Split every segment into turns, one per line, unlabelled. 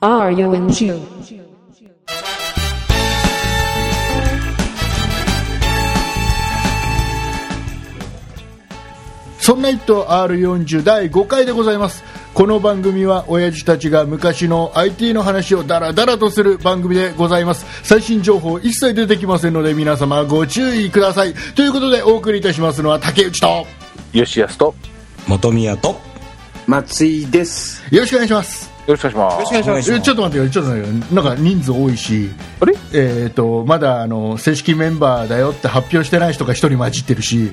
Are you in June?
そんな一頭 R40 第5回でございますこの番組は親父たちが昔の IT の話をダラダラとする番組でございます最新情報一切出てきませんので皆様ご注意くださいということでお送りいたしますのは竹内とよ
吉安とよ
元宮と
松井です。
ろしくお願いします
ろしくお願いします
お願いし
え
ま
ち
す
ょっと待ってよちょっと待ってよなんか人数多いし
あれ
えー、とまだあの正式メンバーだよって発表してない人が一人混じってるし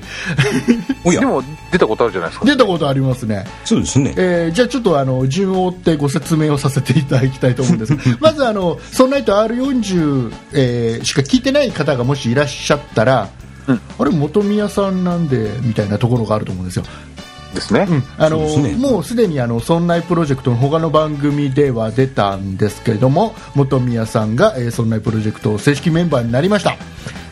おや
でも出たことあるじゃないですか
出たことありますね
そうですね
えーじゃあちょっとあの順を追ってご説明をさせていただきたいと思うん ですまずあの「そんな人 R40、えーしか聞いてない方がもしいらっしゃったら、あれ元宮さんなんでみたいなところがあると思うんですよ
ですね、
あの
そうですね
もうすでにあの「そんないプロジェクト」の他の番組では出たんですけれども元宮さんが「えー、そんないプロジェクト」正式メンバーになりました
よ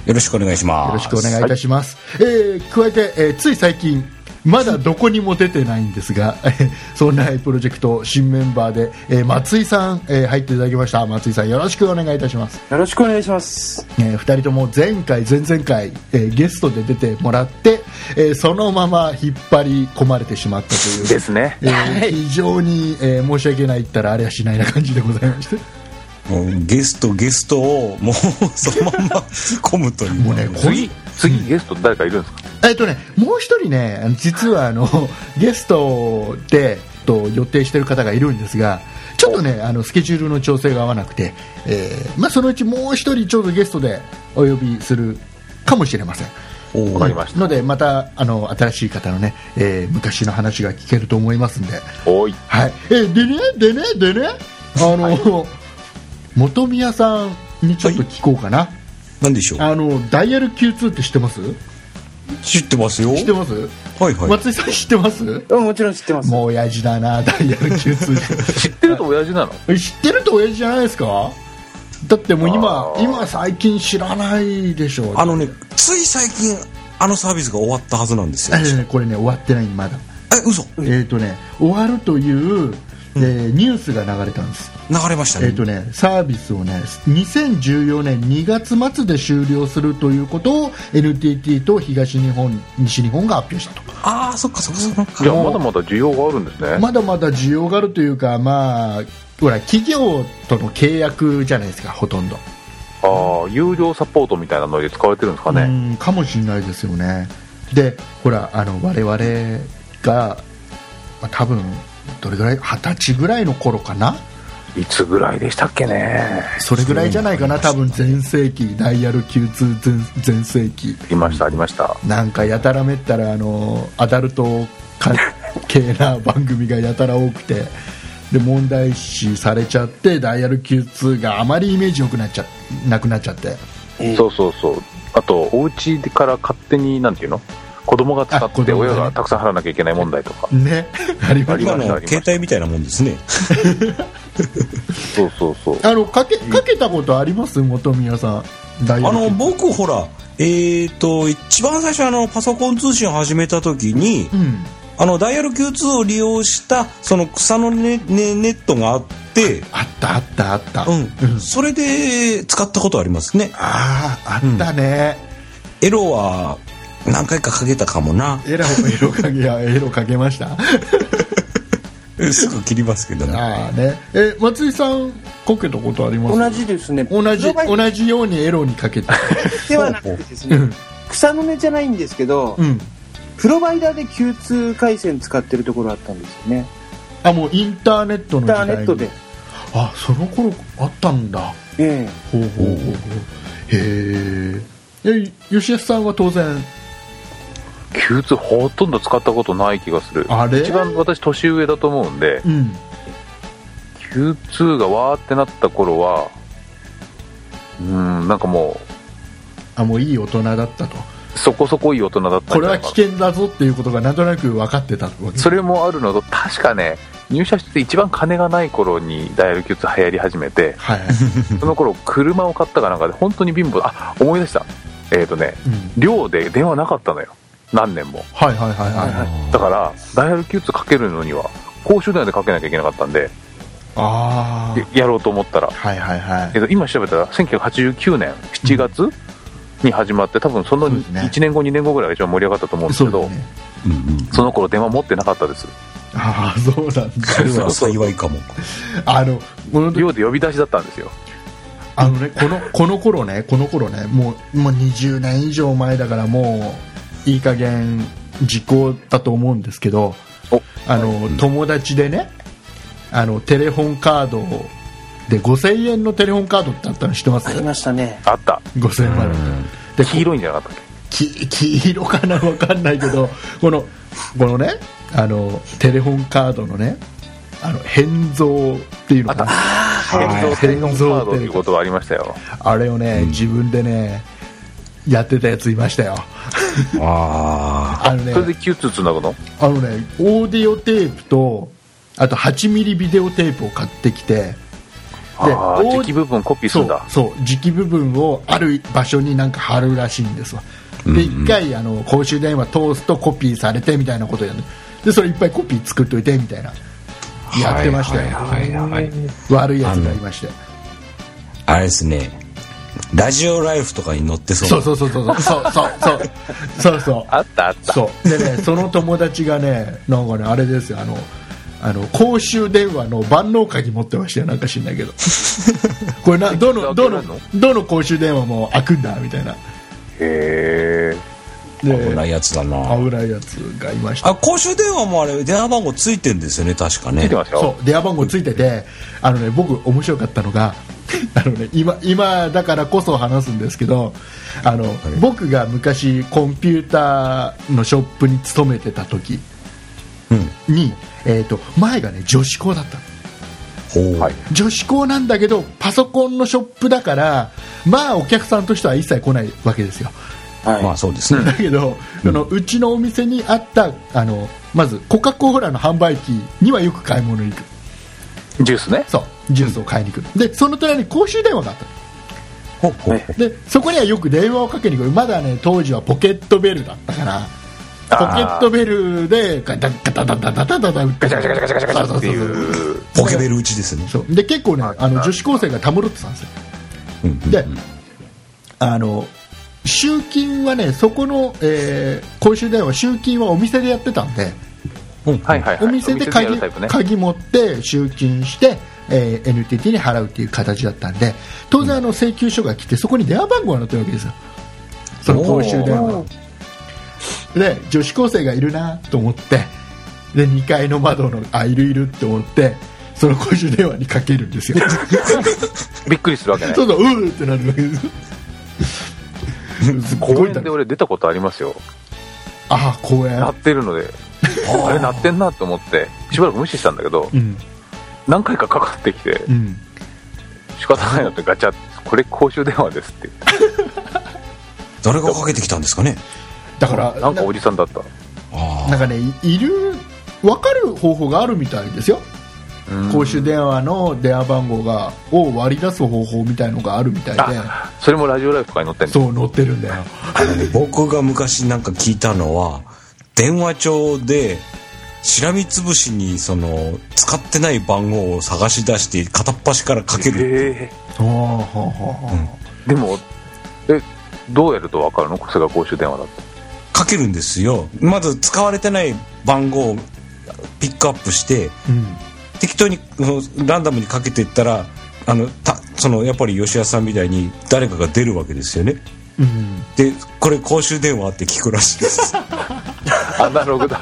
ろしくお願いします
よろしくお願いいたします、えー加えて、えーつい最近まだどこにも出てないんですが えーそんなプロジェクト新メンバーで、えー松井さん、えー入っていただきました松井さんよろしくお願いいたします、
よろしくお願いします。
え2人とも前回前々回、えーゲストで出てもらって、えーそのまま引っ張り込まれてしまったという
ですね
えー非常に、えー申し訳ないったらあれはしないな感じでございまして
もうゲストゲストをもうそのまんま 込むという
もうねこ
次次ゲスト誰かいるんですか、
えっとね、もう一人ね、あの実はあのゲストでと予定してる方がいるんですが、ちょっとね、あのスケジュールの調整が合わなくて、えーまあ、そのうちもう一人、ちょうどゲストでお呼びするかもしれません。
おー
わかりました
ので、またあの新しい方のね、えー昔の話が聞けると思いますんで、
おい
はい、えーでね、でね、でね、あの、元宮さんにちょっと聞こうかな、
何でしょう
あのダイヤル Q2 って知ってます
知ってますよ
知ってます
はいはい
松井さん知ってます
うんもちろん知ってます。
もう親父だなダイヤル Q2
知ってると親父なの
知ってると親父じゃないですかだってもう今
あー
今最近知らないでしょう
あのねつい最近あのサービスが終わったはずなんですよ
あれねこれね終わってないまだ、
え嘘流
えっ、とね終わるという、えーニュースが流れたんです、
れました
えっ、
ね
とねサービスをね2014年2月末で終了するということを NTT と東日本西日本が発表したと
ああそっかそっかそっか
じゃあまだまだ需要があるんです ね、
まだまだ需要があるというか、まあ、ほら企業との契約じゃないですか、ほとんど。
ああ有料サポートみたいなので使われてるんですか
う
ね、
んかもしれないですよね。で、ほら、あの我々が、まあ、多分どれぐらい、二十歳ぐらいの頃かな、
いつぐらいでしたっけね
それぐらいじゃないかな、多分全盛期、ダイヤル Q2 全全盛期、
いましたありました
なんかやたらめったら、あのアダルト関係な番組がやたら多くて。で問題視されちゃってダイヤル Q2 があまりイメージ良くなっちゃなくなっちゃって
そうそうそうあとお家から勝手になんていうの子供が使
あ子
って
供がね
親がたくさん払わなきゃいけない問題とか
ねありま
あり
す
今
ましたあ
の
り
携
ました
帯みたいなもんですね
そうそうそう
あのかけかけたことあります元宮さんダイヤ
あ
ル
の僕ほらえっ、と一番最初あのパソコン通信を始めた時に、
うん
あのダイヤル Q2 を利用したその草のねねネットがあって、
あったあったあった、
うんそれで使ったことありますね
あああったね、
エロは何回かかけたかもな
エロエロかけやエロかけました
えすぐ切りますけどね
ああねえ松井さんかけたことあります
同じですね。
同じ
プロバイダ
同
ー
じようにエロにかけた
ではなくてですね。草の根じゃないんですけど、
うん
プロバイダーで Q2 回線使ってるところあったんですよね。
あもうインターネットの
イ
時
ンター
代
ネットで。
あその頃あったんだ
え
ほうほうほうほうへえ吉安さんは当然
Q2 ほとんど使ったことない気がする
あれ
一番私年上だと思うんで
うん
Q2 がわーってなった頃はうんなんかも
あもういい大人だったと
うそこそこいい大人だった
こ
んじ
れ
ゃな
はい
か
危
な
険だぞっていうことがなんとなく分かってたわけ
それもあるのと確かね入社して一番金がない頃にダイヤル Q2 流行り始めて
はいはい、
その頃車を買ったかなんかで本当に貧乏あ思い出したえっ、とね
うん
寮で電話なかったのよ何年も
はいはいはいはいはい
だからダイヤル Q2 かけるのには公衆電話でかけなきゃいけなかったんで
あー
ややろうと思ったら、
はいはいは
えっと今調べたら1989年7月に始まって多分その
そうですね
1年後2年後ぐらいが一番盛り上がったと思う
い
んです
そう
けど
だ
そ,、
ね
うんうん。
の頃電話持ってなかったです
ああ そうなん
それ
だ
は幸いかも。
あのこの時
寮で呼び出しだったんですよ
あのねこのこの頃ねこの頃ねもうもう20年以上前だからもういい加減時効だと思うんですけど
お
あの、友達でねあのテレホンカードで5000円のテレホンカードってあったの知ってます
ありましたね。
あった
5000円までで
黄色いんじゃなかったっ
き黄色かな分かんないけどこのこのねあのテレホンカードのねあの変造っていうのかな
け
はい
変造テレホンカード
変造
ということはありましたよ
あれをね、自分でねやってたやついましたよ
あ
あのね
それで Q2 つなぐの
あのねオーディオテープとあと8ミリビデオテープを買ってきて
ああ
お
磁気部分コピーす
そ
るん
う
だ
そう磁気部分をある場所になんか貼るらしいんですわで一回あの公衆電話通すとコピーされてみたいなことやるでそれいっぱいコピー作っといてみたいな
あ。
やってましたよ、
はいはいはいはい。
悪いやつがいまして
あれですね。ラジオライフとかに乗ってそう。
そうそうそうそうそうそうそうそう そう
あったあった
そうでねその友達がねなんかねあれですよあのあの公衆電話の万能鍵持ってましたよなんか知んないけど これなどのどのどの公衆電話も開くんだみたいな
へえ
で
危ないやつだな。
危ないやつがいました
あ、公衆電話もあれ、電話番号ついてんですよね、確か
つい
ね
て。ましたよ
そう電話番号ついててあの、ね、僕、面白かったのが あの、ね、今今だからこそ話すんですけどあの、僕が昔コンピューターのショップに勤めてた時に、えー、と前が、ね、女子校だったの
ほう。
はい
女子校なんだけどパソコンのショップだからまあお客さんとしては一切来ないわけですよ。
はい。
まあそうですね。
だけど、うのうちのお店にあったあのまずコカ・コーラの販売機にはよく買い物に行く
ジュースね
そうジュースを買いに行く、でその隣に公衆電話があった
ほうほう。
のでそこにはよく電話をかけに来るまだね当時はポケットベルだったからポケットベルでガタガタガタガタガタガ
ガチャガチャガチャガチャガチャガチャって
そうそうそうそう
いう
ポケベル打ちですね。
そうで結構ねあの女子高生がたむろってたんですよ
うんうん
であの集金はねそこの、えー公衆電話集金はお店でやってたんで、
うん
はいはいはい
お店で
や
鍵
るタイプね
鍵持って集金して、えー NTT に払うという形だったんで当然あの請求書が来てそこに電話番号が載ってるわけですよその公衆電話ので女子高生がいるなと思ってで2階の窓のあいるいるって思ってその公衆電話にかけるんです よ
びっくりするわけない
そうそううーってなるわけ ですよすっ
公
ごい
園
楽し
で
い
俺出たことありますよ
ああ公園
鳴ってるのであれ鳴ってんなと思ってしばらく無視したんだけど
うん
何回かかかってきて
うん
仕方ないなってガチャってこれ公衆電話ですって言っ
誰がかけてきたんですかね。
だから
てなんかおじさんだった
あ
なんかね、いいる、分かる方法があるみたいですよ、公衆電話の電話番号がを割り出す方法みたいのがあるみたいで、
あそれもラジオライフとかに載ってんの
そう、載ってるんだよ、
あ。あのね僕が昔なんか聞いたのは、電話帳で、しらみつぶしに、その、使ってない番号を探し出して、片っ端からかける。
え
ほうほうほうほう
ーでもえどうやるとわかるのそれが公衆電話だって
かけるんですよまず使われてない番号をピックアップして
うん
適当にうんランダムにかけていったらあのたそのやっぱり吉谷さんみたいに誰かが出るわけですよね
うん、
でこれ公衆電話って聞くらしいです
アナログだ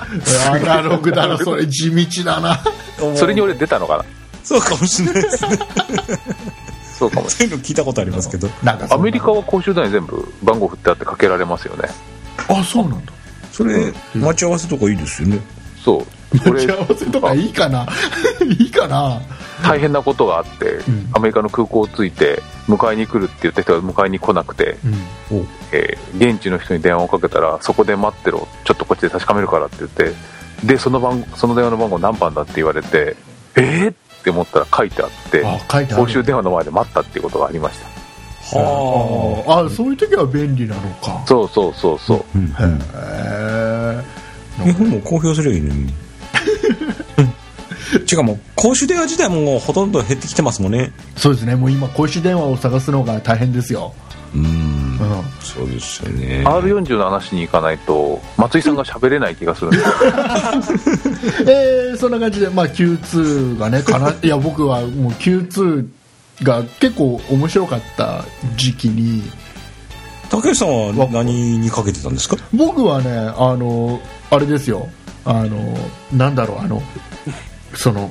アナログだな、 それ、地道だな、
それに俺出たのかな
そうかもしれないですね
そうかもし
そういうの聞いたことありますけど
なんかそ
れない
ん
ア
な
メリカは公衆電話に全部番号振ってあってかけられますよね
あそうなんだ、
それ待ち合わせとかいいですよね
そうこ
打
れ
ち合わせとかいいかな、いいかな、
大変なことがあって、
ん
アメリカの空港を着いて迎えに来るって言った人が迎えに来なくて、
うん、
えー現地の人に電話をかけたらそこで待ってろちょっとこっちで確かめるからって言ってでその番その電話の番号何番だって言われてえっ、って思ったら書いてあって
あ書いてある
公衆電話の前で待ったっていうことがありました
は
ああそういう時は便利なのか
そうそうそうそう
あ、うんうん
へ
日本も公表すればいいのに。ちゅうかもう公衆電話自体もほとんど減ってきてますもんね。
えそうですねもう今公衆電話を探すのが大変ですよ、
うん
うん、
そうですよね
R40 の話に行かないと松井さんが喋れない気がするんですよ
えーそんな感じで、まあ、Q2 がねかないや僕はもう Q2 が結構面白かった時期に
竹内さんは何にかけてたんですか
僕はねあのあれですよあのなんだろうあのその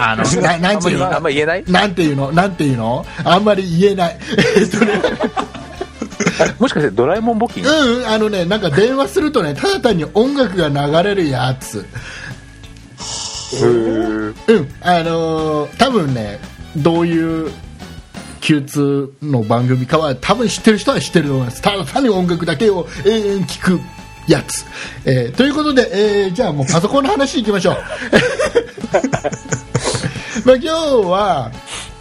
あの なな
あ
ん
ん
ていう
まり
の
あんまり言えない
なんていうのなんていうのあんまり言えないえっとね
あれもしかしてドラえもん募金
うんうんあのねなんか電話するとねただ単に音楽が流れるやつうんあのー多分ねどういう Q2 の番組かは多分知ってる人は知ってると思いますただ単に音楽だけを永遠聞くやつ、えーということで、えーじゃあもうパソコンの話いきましょうまあ今日は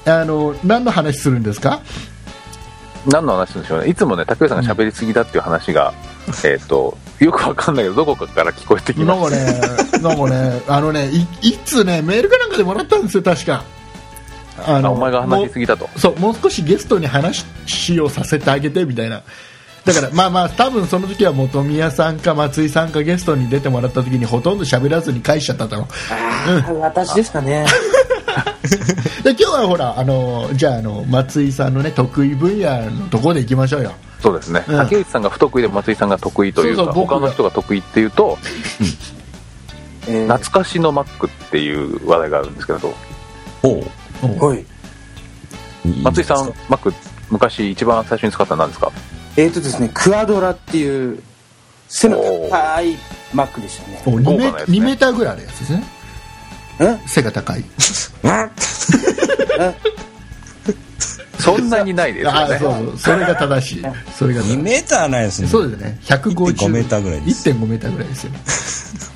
あの何の話するんですか
何の話なんでしょうねいつもね竹内さんが喋りすぎだっていう話が、えっとよくわかんないけどどこかから聞こえてきま
なん
し
かね、なんかね、あのね、いいつね、メールかなんかでもらったんですよ、確か。あ
たあお前が話しすぎだと
もうそう、もう少しゲストに話をさせてあげてみたいな。だから、まあまあ、多分その時は本宮さんか松井さんかゲストに出てもらった時にほとんど喋らずに返しちゃったと思う。
ああ、私ですかね。
で、今日はほら、あの、じゃあ、あの、松井さんのね、得意分野のところで行きましょうよ。
そうですね、
うん
竹内さんが不得意でも松井さんが得意という
そ
か
うそう僕が
他の人が得意っていうと
えー、
懐かしのマックっていう話題があるんですけど
おう
はい。
松井さんマック昔一番最初に使ったのは何ですか
えーとですね、クアドラっていう、背の高いマックでしたね。
お2メ
豪華なやつね
2メーターぐらいあるやつですね。
え
背が高い。
あ
そんなにないです
あ
よ
あ、
ね
そうそう、それが正しい。それが正しい
2メーターないですね。
そうですね、150
1.5メーターぐらいです
1.5メーターぐらいですよ。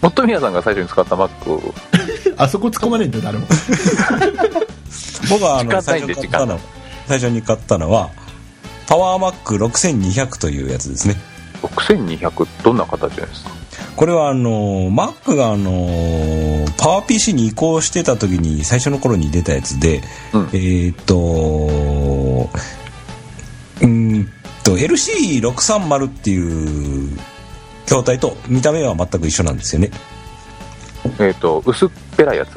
本宮さんが最初に使ったマック
あそこ突っ込まねえんだよ、誰も。
僕はあ
時
の
間な
最
いん
初
で
に買ったの、最初に買ったのは、パワーマック6200というやつですね。
6200どんな形ですか
これはあの、Mac があの、パワー PC に移行してた時に最初の頃に出たやつで、
うん
えーっと、うーんと、LC630 っていう筐体と見た目は全く一緒なんですよね。
えっ、と薄っぺらいやつ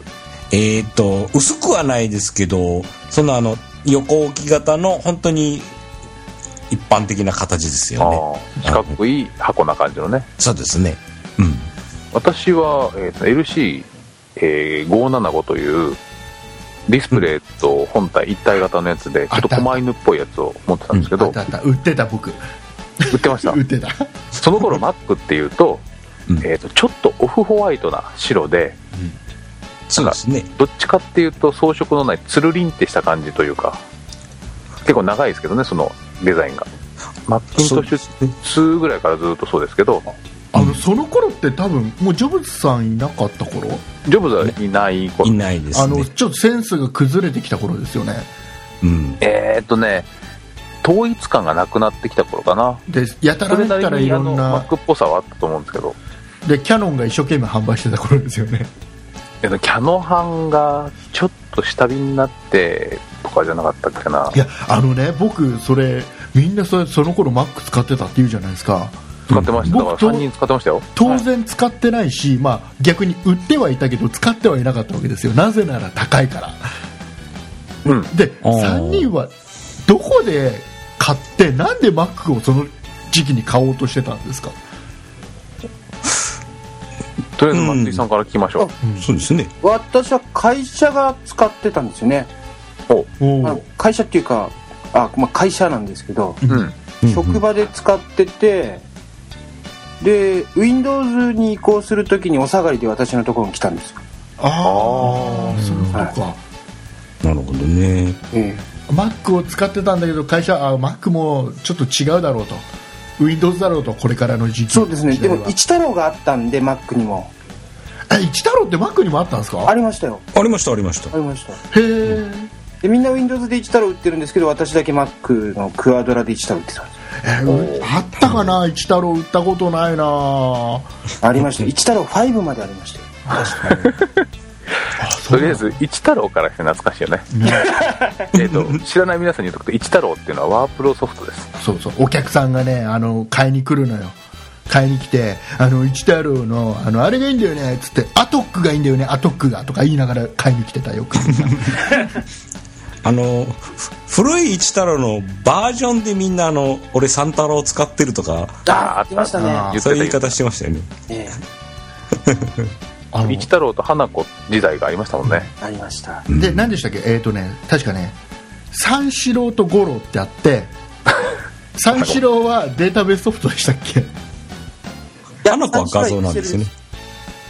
えーっと、薄くはないですけど、そんなあの、横置き型の本当に一般的な形ですよね。
ああ四角い箱な感じのね
そうですね。うん。
私は、えーと LC、えー575というディスプレイと本体一体型のやつでちょっと狛犬っぽいやつを持ってたんですけ
あ
ど、
ったあった、売ってた、僕。
売ってました
売ってた。
その頃 Mac っていうと,、
うん
えー、とちょっとオフホワイトな白で
そうですね。
どっちかっていうと装飾のないつるりんってした感じというか結構長いですけどねそのデザインがマッキントッシュ2ぐらいからずっとそうですけど
あの、その頃って多分、もうジョブズさんいなかった頃、
ジョブズはいない頃
いないですね。
あの、ちょっとセンスが崩れてきた頃ですよね。
うん。
えー、っとね統一感がなくなってきた頃かな
で、やた
そ
らめ
れ
っ
な
たら
り
い
にあ
ろ
の
ん
マ
な、
ックっぽさはあったと思うんですけど
で、キャノンが一生懸命販売してた頃ですよね。
えっとキャノハンがちょっと下火になってとかじゃなかったっけない
や、あのね、僕、それ、みんなそれその頃 Mac 使ってたって言うじゃないですか。
使ってましただから
僕と
3人使ってましたよ
当然使ってないし、まあ、逆に売ってはいたけど使ってはいなかったわけですよなぜなら高いから
うん
で
あー
3人はどこで買ってなんで Mac をその時期に買おうとしてたんですか
とりあえず松井さんから聞きましょう、
そうですね。
私は会社が使ってたんですよね。
お
あの会社っていうか、あ、まあ、会社なんですけど、
うん
職場で使ってて、で、Windows に移行するときにお下がりで私のところに来たんですよ。
あ
あ
あ
ー
そういうことか、
なるほどね。
え
Mac を使ってたんだけど会社あ Mac もちょっと違うだろうと Windows だろうとこれからの時
え
期
そうですね。
時代
で
は
も、一太郎があったんで、Mac にも。
え一太郎って Mac にもあったんですか
ありましたよ
ありましたありました
ありました
へえ
でみんな Windows で1太郎売ってるんですけど私だけ Mac のクアドラで1太郎売ってたんで
えーあったかな一太郎売ったことないな
すありました1太郎5までありましたよ
とりあえず一太郎からして懐かしいよね えっと知らない皆さんに言うとくと一太郎っていうのはワープロソフトです
そうそうお客さんがねあの買いに来るのよ買いに来て「あの一太郎のあのあれがいいんだよね」っつって「アトックがいいんだよねアトックが」とか言いながら 買いに来てたよく
あのふ古い一太郎のバージョンでみんなあの俺三太郎使ってるとか
あありました
あ
ね
言って
そ
た
ういう言い方してましたよね
え
あの
一太郎と花子時代がありましたもんね
えありました
で何でしたっけえっ、とね確かね三四郎と五郎ってあって 三四郎はデータベースソフトでしたっけ
花子は画像なんですよね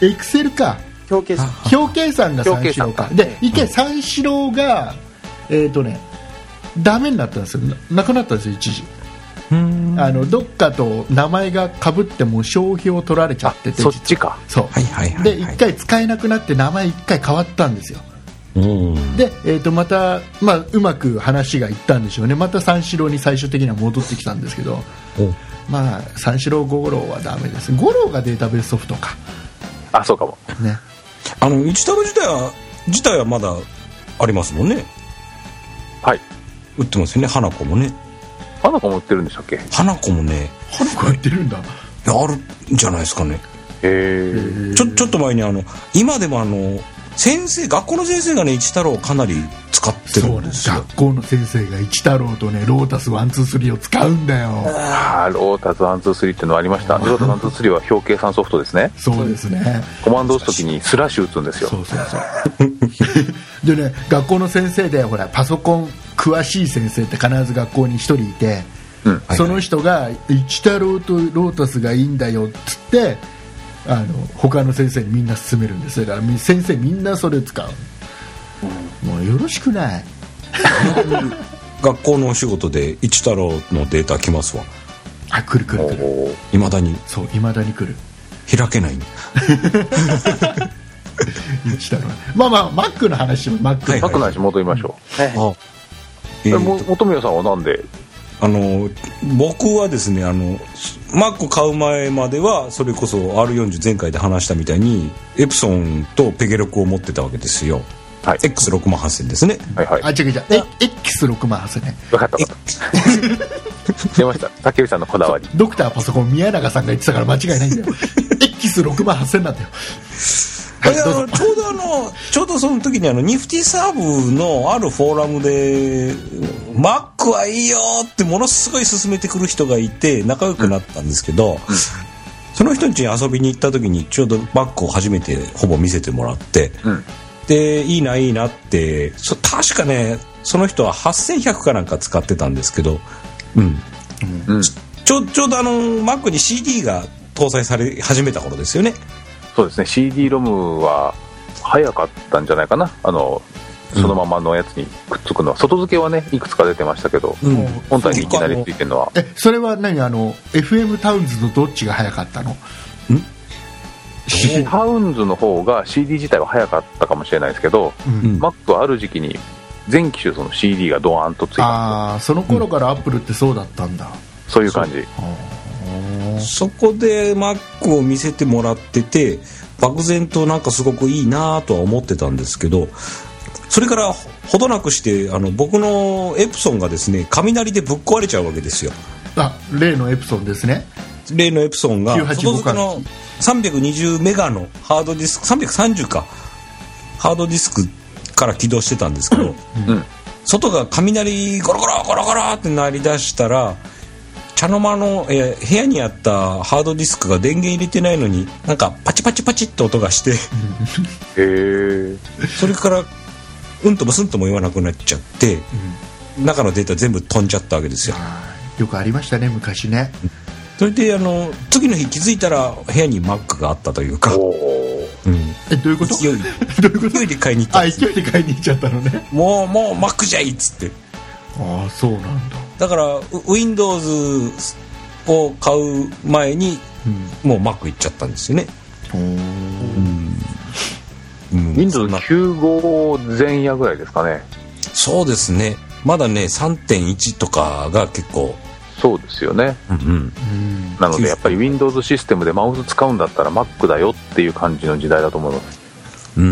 エクセルか
表計算
表計算が三四郎か
表計算か
で一回三四郎がえっ、とねダメになったんですよななくなったんですよ一時あのどっかと名前がかぶっても商標を取られちゃってて
そっちか
そう
はいはいはい
で
はい
一回使えなくなって名前一回変わったんですよ
うん
で、えー、とまた、まあ、うまく話がいったんでしょうねまた三四郎に最終的には戻ってきたんですけど、まあ、三四郎五郎はダメです五郎がデータベースソフトか
あそうかも
ね
あの一太郎自体は自体はまだありますもんね
はい
売ってますよね花子もね
花子も売ってるんでしたっけへ
花子もね
花子が言ってるんだ
あるんじゃないですかね
え
ちょちょっと前にあの今でもあの先生学校の先生がね一太郎をかなり使って
そう
る
なん
ん
で
ですすよ
学校の先生が一太郎とねロータスワンツースリーを使うんだよ
あーロータスワンツースリーっていうのはありましたロータスワンツースリーは表計算ソフトですね
そうですね
コマンドを押すときにスラッシュ打つんですよ
そうそうそう でね学校の先生でほらパソコン詳しい先生って必ず学校に1人いて、
うんはい
はい
その人が「一太郎とロータスがいいんだよ」っつってあの他の先生にみんな勧めるんですだからみ先生みんなそれ使う、もうよろしくない
学校のお仕事で一太郎のデータ来ますわ
あ来る来る来る
おー
いまだに
そういまだに来る
開けないんで
一太郎まあまあマックの話もマック、
はい
マックの話戻りましょう、
はいはい
あえ
え
ー
も
と
本宮さんはなんで
あの僕はですねあのマック買う前まではそれこそ R40 前回で話したみたいにエプソンとペゲロクを持ってたわけですよ
はい
X6 万8000ですね
はいはい
あ違う違うえ X6 万8000ね
分かった分か った出ました竹内さんのこだわり
ドクターパソコン宮永さんが言ってたから間違いないんだよ X6 万8000なんだよ
あれあのちょうどあのちょうどその時にあのニフティサーブのあるフォーラムで「マックはいいよ!」ってものすごい勧めてくる人がいて仲良くなったんですけど、その人ん家に遊びに行った時にちょうどマックを初めてほぼ見せてもらって、
うん
でいいないいなってそ確かねその人は8100かなんか使ってたんですけど、うん、
うん
ちょちょうどあのマックに CD が搭載され始めた頃ですよね
そうですね CD ロムは早かったんじゃないかなあのそのままのやつにくっつくのは、外付けはねいくつか出てましたけど、
うん
本体にいきなりついてるのは
えそれは何あの FM タウンズとどっちが早かったの
タウンズの方が CD 自体は早かったかもしれないですけど、
うん
うん
Mac はある時期に全機種その CD がドーンとついたんで
ああその頃からアップルってそうだったんだ、
すよそういう感じ
そこで Mac を見せてもらってて漠然となんかすごくいいなとは思ってたんですけどそれからほほどなくしてあの僕のエプソンがですね雷でぶっ壊れちゃうわけですよ
あ例のエプソンですね
例のエプソンが
985
外付けの320メガのハードディスク330かハードディスクから起動してたんですけど、
うん
外が雷ゴロゴロゴロゴロって鳴り出したら茶の間の、えー部屋にあったハードディスクが電源入れてないのになんかパチパチパチって音がして
へえ
それからうんともすんとも言わなくなっちゃって、中のデータ全部飛んじゃったわけですよ
あーよくありましたね昔ね
それであの次の日気づいたら部屋に Mac があったというか、
おー
うん、
えどういうこと
勢い
どういうこと
勢いで買いに行った
あ
んです
勢いで買いに行っちゃったのね
もうもう Mac じゃいいっつって
ああそうなんだ
だからウ Windows を買う前に、もう Mac 行っちゃったんですよね
ほー
そんな
Windows95 前夜ぐらいですかね
そうですねまだね3.1とかが結構
そうですよね
うんうん
なのでやっぱり Windows システムでマウス使うんだったら Mac だよっていう感じの時代だと思います
う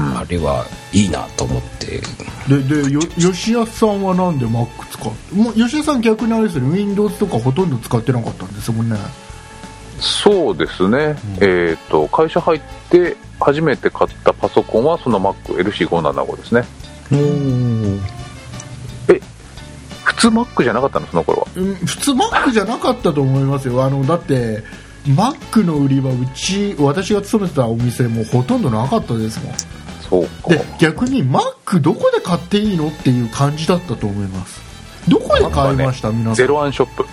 ん、あれはいいなと思って
ででよ吉安さんはなんで Mac 使うもう吉安さん逆にあれですよね Windows とかほとんど使ってなかったんですもんね
そうですね、えっ、と会社入って初めて買ったパソコンはその MacLC575 ですね
うん
普通 Mac じゃなかったのその頃は
うん普通 Mac じゃなかったと思いますよあのだって Mac の売りはうち私が勤めてたお店もほとんどなかったですもん
そうか
で逆に Mac どこで買っていいのっていう感じだったと思いますどこで買いました、皆さ
ゼ
ん
ロワンショップ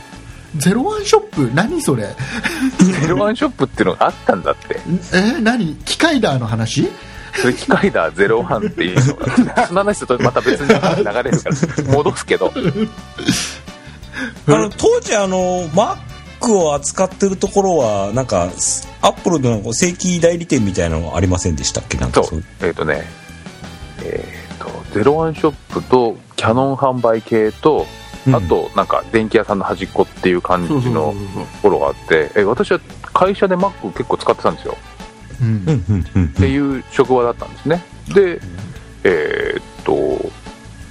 ゼロワンショップ何それ
ゼロワンショップっていうのがあったんだって
え何機械ダーの話
それ機械だゼロワンっていうのがその話だとまた別に流れるから戻すけど
あの当時あの Mac を扱ってるところはなんかアップルの正規代理店みたいなのありませんでしたっけなんか
そ
そう
うえっ、とねえっ、とゼロワンショップとキャノン販売系と
うん
あとなんか電気屋さんの端っこっていう感じのところがあってえ私は会社で Mac 結構使ってたんですよ
うん
うんうんうん
っていう職場だったんですねでえーっと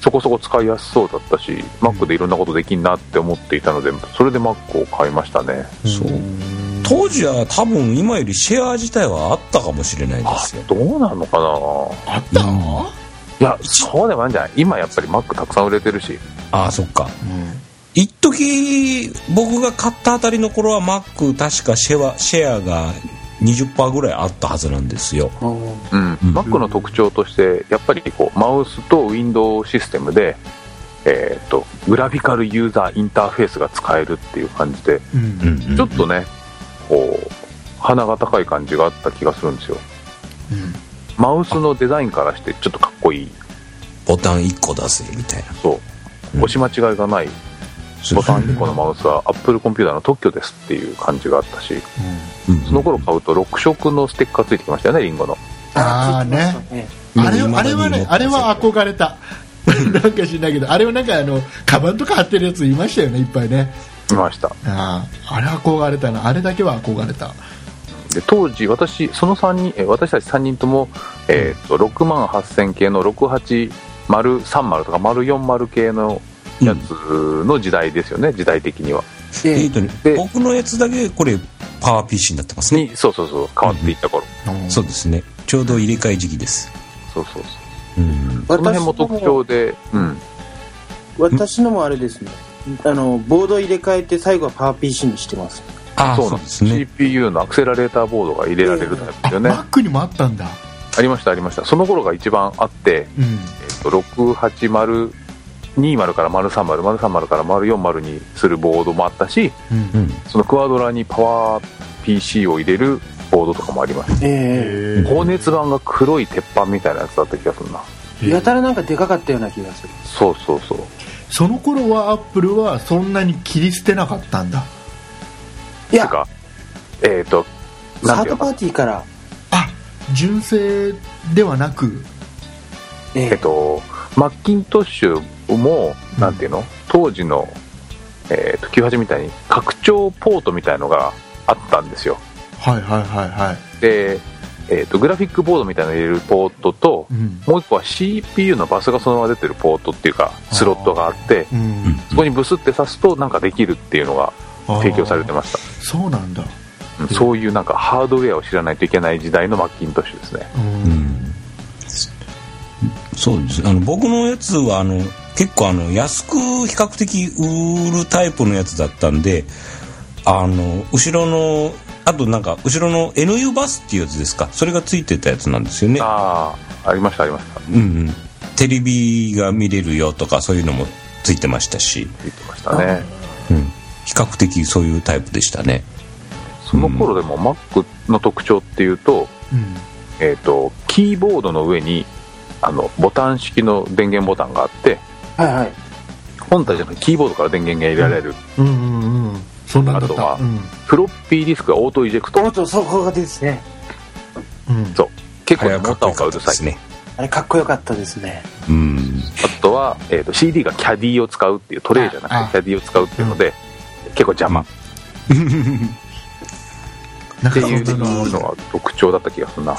そこそこ使いやすそうだったし Mac でいろんなことできんなって思っていたのでそれで Mac を買いましたね
そう当時は多分今よりシェア自体はあったかもしれないで
あ
すよ
どうなのかな
あった
いやそうでもないんじゃない今やっぱり Mac たくさん売れてるし
ああそっか一時僕が買ったあたりの頃は Mac 確かシェアシェアが20%ぐらいあったはずなんですよ
うん、Mac の特徴としてやっぱりこうマウスと Windows システムで、えーっとグラフィカルユーザーインターフェースが使えるっていう感じで
うん
うんうん
ちょっとねこう鼻が高い感じがあった気がするんですよマウスのデザインからしてちょっとかっこいい
ボタン1個出せみたいな
そう押し間違いがないボタン1個のマウスは Apple コンピューターの特許ですっていう感じがあったし
うん
その頃買うと6色のステッカーついてきましたよねリンゴの
ああね
ね
あれ
今
あれは
未だに持ってます
ね
よ
あれは憧れた なんか知んないけどあれはなんかあのカバンとか貼ってるやついましたよねいっぱいね
いました
あああれ憧れたなあれだけは憧れた
で当時私その3人え私たち3人とも、えー、と6万8000系の68030とか040系のやつの時代ですよね、時代的には
え
で
ーとね
で
僕のやつだけこれパワー PC になってますね
にそうそうそう変わっていった頃、
そうですねちょうど入れ替え時期です
そうそう
う
そう
ん
その辺も特徴でうん
私のもあれですねあのボード入れ替えて最後はパワー PC にしてます
ああ
そう
そ
な
うんで
ですす、
ね
CPU のアクセラレーターボードが入れられるタイプですよね、
マックにもあったんだ
ありましたありましたその頃が一番あって、
うん
えっと680 20から030、030から040にするボードもあったし、
うん
うん
そのクワドラにパワー PC を入れるボードとかもありました。
え
へ
高熱板が黒い鉄板みたいなやつだった気がするな。
えやたらなんかでかかったような気がする
そうそうそう。
その頃はアップルはそんなに切り捨てなかったんだ
い
て
や
か、えっ、と、な
サ
ん
ー
ていうの
ド
か
パ
な
ーティーから
あ純正ではなく
え
えっ、と、マッキントッシュも、なんていうの当時の、えっ、と、98みたいに拡張ポートみたいのがあったんですよ。
はいはいはいはい、
で、えー、とグラフィックボードみたいなの入れるポートと、
うん
もう一個は CPU のバスがそのまま出てるポートっていうかスロットがあって
うん、
そこにブスって刺すとなんかできるっていうのが提供されて
ま
ました
すそうなんだ
うんそういうなんかハードウェアを知らないといけない時代のマッキントッシュですね
うん
うんそうですあの僕のやつはあの結構あの安く比較的売るタイプのやつだったんであの後ろのあとなんか後ろの NU バスっていうやつですかそれがついてたやつなんですよね
ああありましたありました
うんうんテレビが見れるよとかそういうのもついてましたし、
言ってましたね
うん、比較的そういうタイプでしたね
その頃でも Mac の特徴っていうと,、
うん
えー、とキーボードの上にあのボタン式の電源ボタンがあって
はいはい
本体じゃなくてキーボードから電源が入れられる、
うんうんうんそんなんだった
あとは
うん
フロッピーディスクがオートイジェクト
おっとそこがですね
うん
そう結構ね
早かっ
ボタ
こ
ン
よか
が
っ
う
たで
るさ
す
い、
ね。
あれかっこよかったですね
うん。
あとは、えー、と CD がキャディを使うっていうトレイじゃな
ああ
くてキャディを使うっていうので、結構邪魔っ
な
て
る
いう
ほど
のが特徴だった気がするな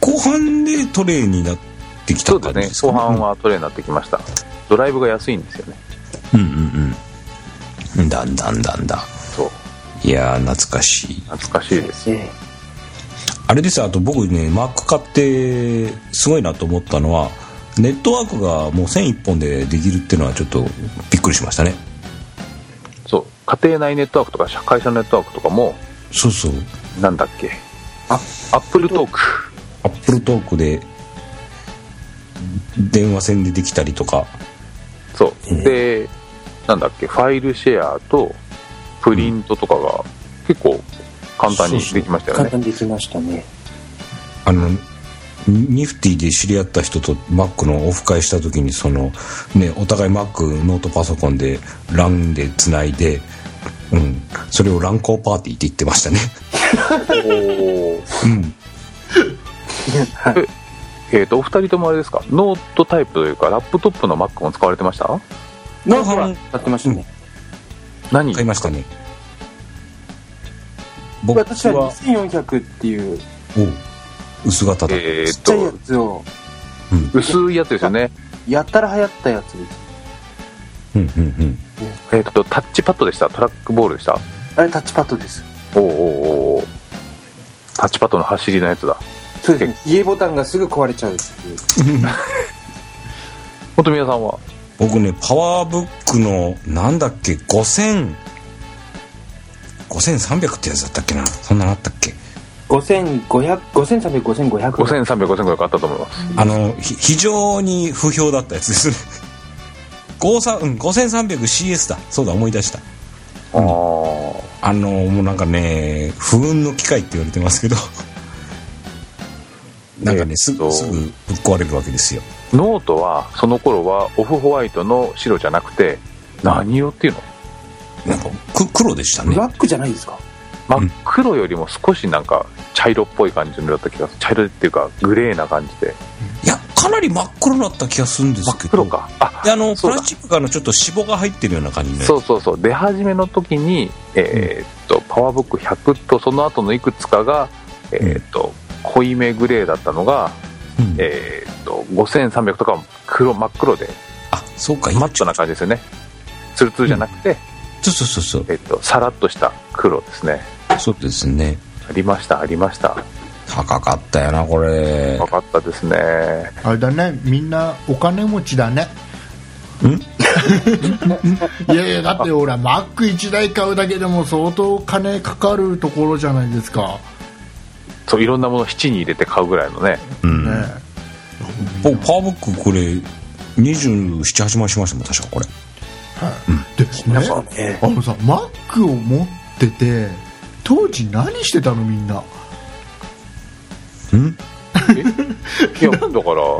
後半でトレイになってき
そ
た
うで
感じ
すね
ですか
後半。はトレイになってきましたドライブが安いんですよね
うんうんうん。だんだんだんだん。
そう
いやー、懐かしい。
懐かしいです
ええ
あれですよあと僕ね、マック買って、すごいなと思ったのは、ネットワークがもう線一本でできるっていうのはちょっとびっくりしましたね。
そう家庭内ネットワークとか社会社ネットワークとかも
そうそう。
なんだっけ
あ
アップルトーク
アップルトークで、電話線でできたりとか。
そうでなんだっけファイルシェアとプリントとかが結構簡単にできましたよ
簡
ね
単にできました ね
あのニフティで知り合った人と Mac のオフ会した時にその、ね、お互い Mac ノートパソコンで LAN でつないで、うん、それを LAN コーパーティーって言ってましたね、
おー
うん、
はい
えー、とお二人ともあれですかノートタイプというかラップトップの Mac も使われてました
ノートは使ってましたね、
何
買いましたね僕
私は
は
2400っていうち
お薄型だ、
え
っ
ー、
ちゃいや
と
つを
薄いやつですよね
やったら流行ったやつです
うんうんうん、
えー、とタッチパッドでしたトラックボールでした
あれタッチパッドです
おーおーおーおータッチパッドの走りのやつだ
そうですね家ボタンがすぐ壊れちゃうっていう
本当皆さんは
僕ねパワーブックのなんだっけ5000 5300ってやつだったっけなそんなのあったっけ
5500 5300 5500
53005500あったと思います
あの、ひ非常に不評だったやつですね。53うん 5300CS だ。そうだ、思い出した。
あー
あの、もうなんかね、不運の機械って言われてますけど、なんか
え
ね、
ー
す
と
ぐ、すぐぶっ壊れるわけですよ。
ノートはその頃はオフホワイトの白じゃなくて何色っていうの
なんか、く黒でしたね
ブ。ラックじゃないですか
真っ黒よりも少しなんか茶色っぽい感じの色だった気がする茶色っていうかグレーな感じで
いや、かなり真っ黒だった気がするんです
真っ
けど。
黒かあ
で。あの、プ
そうだ
ラスチックがあの、ちょっと脂肪が入ってるような感じね。
そうそうそう出始めの時に、えーっとパワーブック100とその後のいくつかが、えーっと濃いめグレーだったのが、
うん
えーっと5300とかは黒真っ黒で
あ、そうか、
マ
今
ッ
ちょ
トな感じですよねツルツルじゃなくて、
そうそうそうそう。
えーっとさらっとした黒ですね
そうですね。
ありましたありました
高かったよな、これ。
分かったですね
あれだねみんなお金持ちだね いやいやだってほらマック1台買うだけでも相当金かかるところじゃないですか、
そういろんなもの7に入れて買うぐらいの ね
うん
ね。
僕パワーブックこれ278万しましたもん確かこれ
で
なん
ね
かね
あのさマックを持ってて当時何してたのみんな
うん
いやだから、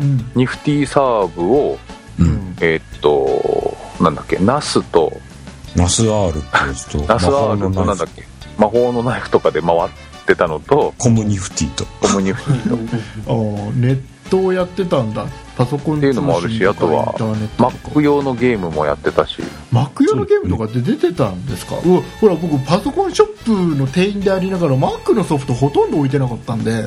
ん
ニフティサーブを
うん
えーっとなんだっけナスと
ナスアールってやつと
ナスアール
魔
の
法
なんだっけ魔法のナイフとかで回ってたのと
コムニフティと
コムニフティと
あーネットをやってたんだパソコン
っていうのもある しあとはマック用のゲームもやってたし
マック用のゲームとかって出てたんですか、うわほら僕パソコンショップの店員でありながらマックのソフトほとんど置いてなかったんで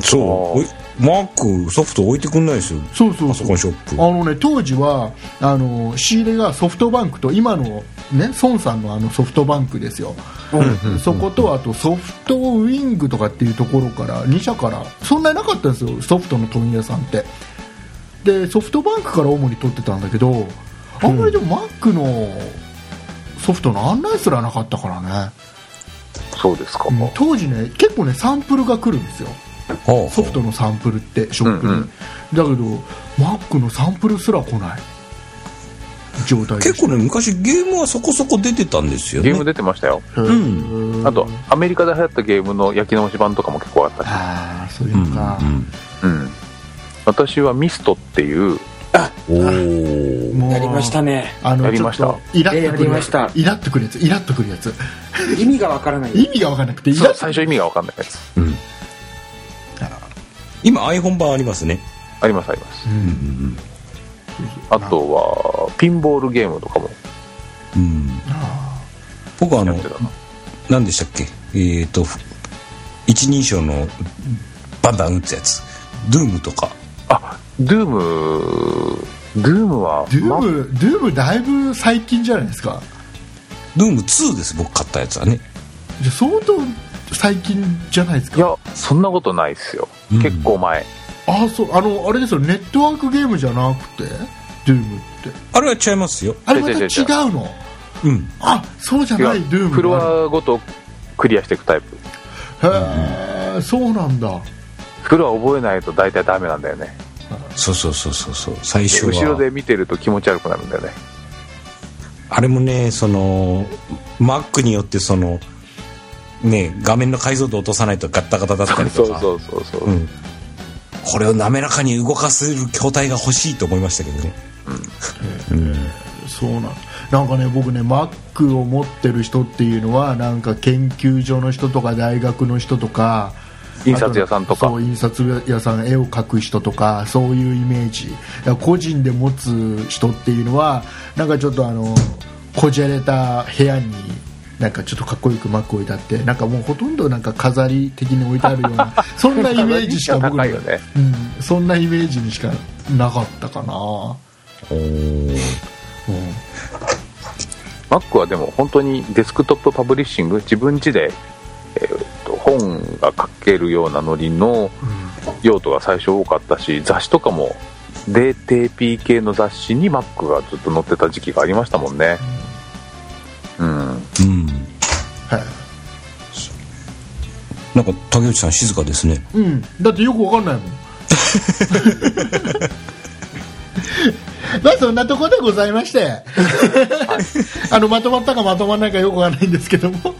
そう
あー
おいマークソフト置いてくんないですよ
そうそう
パソ
そう
コンショップ
あのね、当時はあの仕入れがソフトバンクと今の、ね、孫さんのあのソフトバンクですよ、そことあとソフトウィングとかっていうところから2社からそんなになかったんですよソフトの問屋さんってでソフトバンクから主に取ってたんだけどあんまりでもマックのソフトの案内すらなかったからね、
そうですか、
うん当時ね結構ねサンプルが来るんですよ
ほう
ソフトのサンプルってショップに、
うんうん
だけどマックのサンプルすら来ない状態でした
結構ね昔ゲームはそこそこ出てたんですよ
ゲ
ね
ーム出てましたよ
うん
あとアメリカで流行ったゲームの焼き直し版とかも結構あったし、
ああそういう
うん
のか、
うん、私はミストってい
うん
う
おお
もう
やりましたね
あの
やりました
ちょっとイラッとく
ええやり
る
ま
や
し
つ
た
イラッとくるやつイラッとくるやつ
意味がわからない
意味が分かんなくてイ
そ
ラ
う
ッと
最初意味が分かんないやつ
うん今 iPhone 版ありますね
ありますあります、
うん
あとはピンボールゲームとかも
うん僕はあ
や
の
ってたな
何でしたっけえっ、とふ一人称のバンバン打つやつドゥームとか
あドゥームドゥームは
ドゥ
ま
ーム、ドゥームだいぶ最近じゃないですか。
ドゥーム2です僕買ったやつはね
じゃあ相当最近じゃないです
い
か。
やそんなことないっすよ、
うん
結構前
あ、そう、あの、あれですよ、ネットワークゲームじゃなくて、ドゥームって。
あれは違いますよ
あれまた
違う違
違
う違う
うの
うん
あ、そうじゃ
違
ない、ドゥー
う
ム。
フロアごとクリアしていくタイプ
へえ、そうなんだ。
フロア覚えないと大体ダメなんだよね
そうそうそうそうそう最初は
後ろで見てると気持ち悪くなるんだよね
あれもねその Mac によってそのね画面の解像度落とさないとガッタガタだったりと
そ
か
う そうそうそう、
うん、これを滑らかに動かせる筐体が欲しいと思いましたけどね
そうなんなんかね僕ね Mac を持ってる人っていうのはなんか研究所の人とか大学の人とか
印刷屋さんとか
あそう印刷屋さん絵を描く人とかそういうイメージだから個人で持つ人っていうのはなんかちょっとあのこじゃれた部屋になんかちょっとかっこよく Mac 置いてあってなんかもうほとんどなんか飾り的に置いてあるよう なそんなイメージしか僕には
高いよね
うん、そんなイメージにしかなかったかな。うん
マックはでも本当にデスクトップパブリッシング自分家で、えーっと本が書けるようなノリの用途が最初多かったし雑誌とかも DTP 系の雑誌にマックがずっと載ってた時期がありましたもんねうん
うん
はい
なんか竹内さん静かですね
うん、だってよくわかんないもん。まあそんなとこでございまして、あのまとまったかまとまらないかよくわかんないんですけども、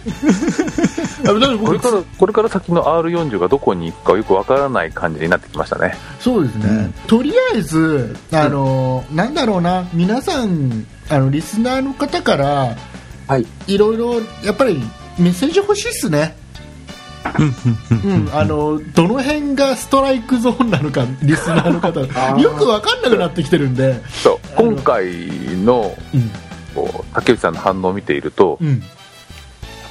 あのだって
こ
僕
れからこれから先の R40 がどこに行くかよくわからない感じになってきましたね
そうですね、とりあえず、あのなんだろうな、皆さん、あのリスナーの方から、
はい
いろいろやっぱりメッセージ欲しいっすね。うん、あのどの辺がストライクゾーンなのかリスナーの 方
ー
よく分かんなくなってきてるんで、
そう今回の
うん
こう竹内さんの反応を見ていると、
うん、
やっ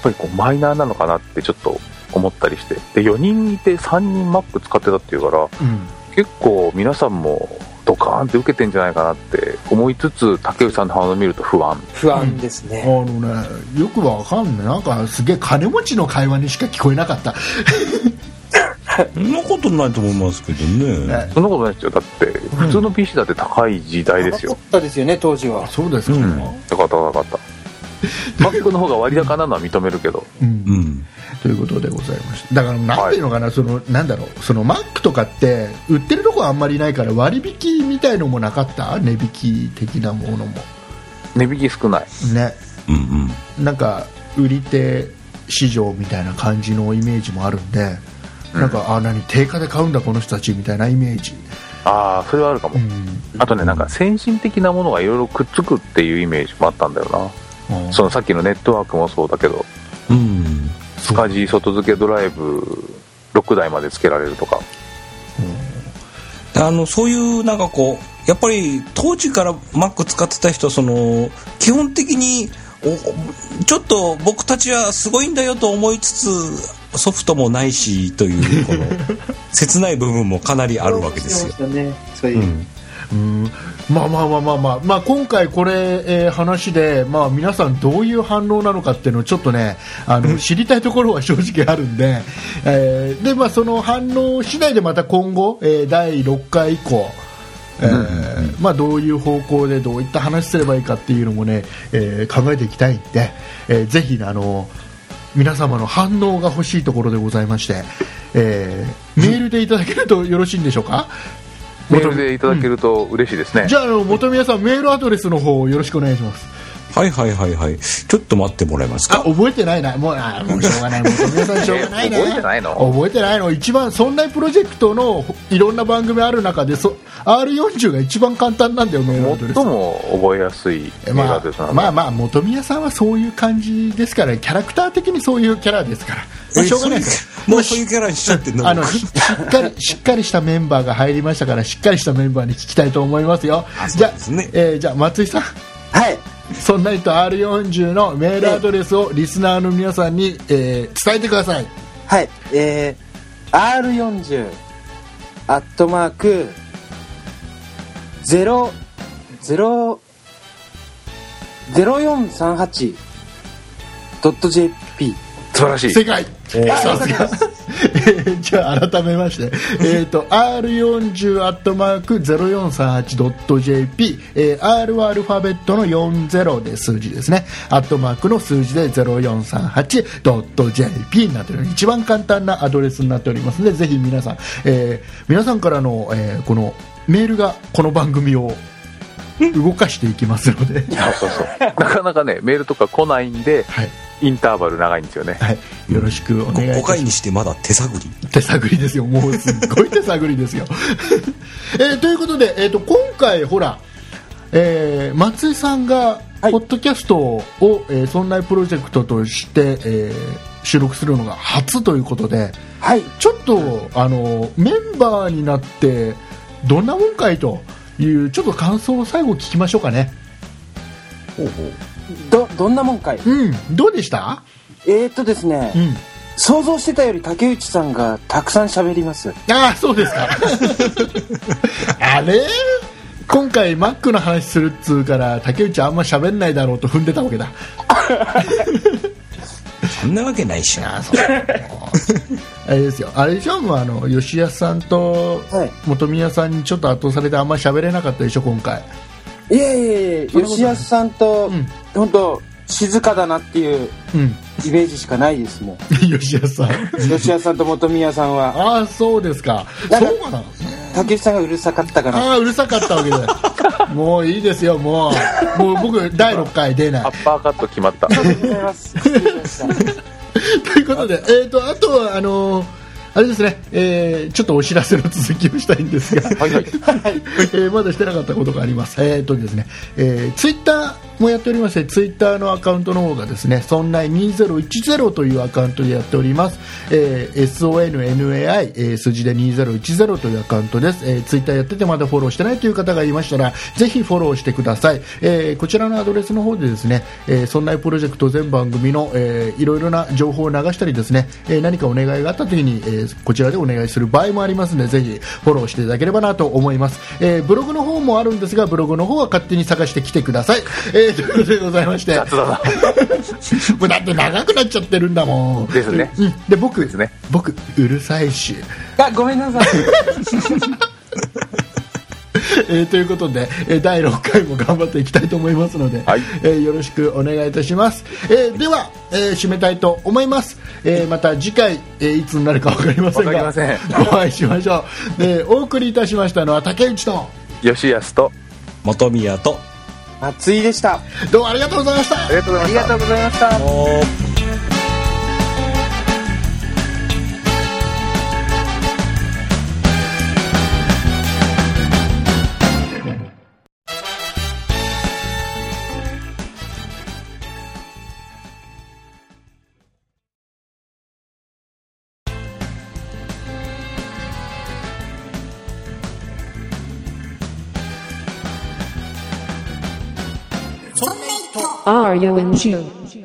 ぱりこうマイナーなのかなってちょっと思ったりしてで4人いて3人マック使ってたっていうから
うん、
結構皆さんもドカーンって受けてんじゃないかなって思いつつ竹内さんの反応を見ると不安
不安ですね
あ、のねよく分かんないなんかすげえ金持ちの会話にしか聞こえなかった
そんなことないと思いますけどね
ね
そんなことないですよだって普通の PC だって高い時代です
高
よ
かったですよね当時は
そうです
か
だから高かったマックの方が割高なのは認めるけど
うん
うん
ということでございましただからなんていうのかな、そのなんだろうそのマックとかって売ってるとこはあんまりないから割引みたいのもなかった値引き的なものも
値引き少ない
ね
うんうん
なんか売り手市場みたいな感じのイメージもあるんで、なんかあ何定価で買うんだこの人たちみたいなイメージ、
ああそれはあるかも、
うん
あとねなんか先進的なものがいろいろくっつくっていうイメージもあったんだよなそのさっきのネットワークもそうだけど
うん
そう
カジ外付けドライブ6台まで付けられるとか
あのそういうなんかこうやっぱり当時から Mac 使ってた人はその基本的におちょっと僕たちはすごいんだよと思いつつソフトもないしというこ の切ない部分もかなりあるわけですよ。
そうねそういうう、
ん
うんまあまあまあまあまあ、まあ、今回これ、えー話で、まあ、皆さんどういう反応なのかっていうのをちょっとねあの知りたいところは正直あるんで、えーでまあ、その反応次第でまた今後、えー第6回以降、えーまあ、どういう方向でどういった話すればいいかっていうのもね、えー考えていきたいんで、えーぜひあの皆様の反応が欲しいところでございまして、えーメールでいただけるとよろしいんでしょうか。
メールでいただけると嬉しいですね、
じゃあ、あの、元宮さん、メールアドレスの方をよろしくお願いします。
はいはいはいはい。ちょっと待ってもらえます
あ
か。
覚えてないなもうあもうしょ うがないもう富田さんしょうがないね
覚えてないの
覚えてないの一番そんなプロジェクトのほいろんな番組ある中でそ R40 が一番簡単なんだよメールアドレス
最も覚えやすい映
ま
画
あ
ですな、
まあまあ元宮さんはそういう感じですからキャラクター的にそういうキャラですから、まあしょうがないです
えそういうもうそういうキャラにしちゃって んの。
あのししっかりしっかりしたメンバーが入りましたからしっかりしたメンバーに聞きたいと思いますよじゃ
そうで
あ、
すね
えーじゃあ松井さん
はい
そんな人 R40 のメールアドレスをリスナーの皆さんに、えー伝えてください
はいえー、R40 アットマーク0 0 0438ドット JP
素晴らしい
世界さすがえーじゃあ改めまして、えー、と R40 アットマーク 0438.jp、えー R はアルファベットの40で数字ですねアットマークの数字で 0438.jp になっている一番簡単なアドレスになっておりますのでぜひ皆さん、えー皆さんからの、えーこのメールがこの番組を動かしていきますので、
そうそうそう なかなかねメールとか来ないんで
はい
インターバル長いんですよね
はい、よろしくお願いいたし
5
ます
回にしてまだ手探り。
手探りですよ、もうすっごい手探りですよ。 えーということで、えー、と今回、ほら、えー松井さんが、
はい
ポッドキャストを、えー、そんなプロジェクトとして、えー収録するのが初ということで、
はい
ちょっとあのメンバーになって、どんなもんかいという、ちょっと感想を最後、聞きましょうかね。
どどんなもんかい
うん、どうでした、
えー、っとですね、
うん
想像してたより竹内さんがたくさん喋ります
ああそうです かあれ今回マックの話するっつうから竹内あんま喋んないだろうと踏んでたわけだ
そんなわけないっしょ。
あそうあれですよあれでしょもうあの吉安さんと
はい
本宮さんにちょっと圧倒されてあんま喋れなかったでしょ今回
いやいやい
そんなこ
や
とない
吉安さんと、
ん
本当静かだなっていう
うん
イメージしかないですも ん
吉安さん
吉安さんと本宮さんは
ああそうですか
なんか
そうかな
竹内さんがうるさかったかな
ああうるさかったわけだよもういいですよもうもう僕第6回出ない
アッパーカット決まった
ありがとうございます失礼しました
ということで、えー、とあとはあのーあれですね、えーちょっとお知らせの続きをしたいんですが、
はいはい
えーまだしてなかったことがあります。えっ、とですね、えツイッター Twitter もやっておりまして、ツイッターのアカウントの方がですね、そんない2010というアカウントでやっております。えー sonnai、えー数字で2010というアカウントです。えツイッター Twitter やっててまだフォローしてないという方がいましたら、ぜひフォローしてください。えーこちらのアドレスの方でですね、えー、そんなプロジェクト全番組の、えーいろいろな情報を流したりですね、えー何かお願いがあった時に、えーこちらでお願いする場合もありますので、ぜひフォローしていただければなと思います。えーブログの方もあるんですが、ブログの方は勝手に探してきてください。えーということでございまして、
雑だな
もうだって長くなっちゃってるんだもん。
ですね
うん、で、僕
ですね
僕、うるさいし。
あごめんなさい
えーということで、えー第6回も頑張っていきたいと思いますので、
はい
えーよろしくお願いいたします、えーでは、えー締めたいと思います、えーまた次回、えーいつになるか分かりませんが
わかりま
お会いしましょう、えーお送りいたしましたのは竹内と
吉安と
元宮と。
松井でした
どうもありがとうございました
ありがとうござい
あ
まし
り
た
がとうございました
おー
あ R ん n ゅう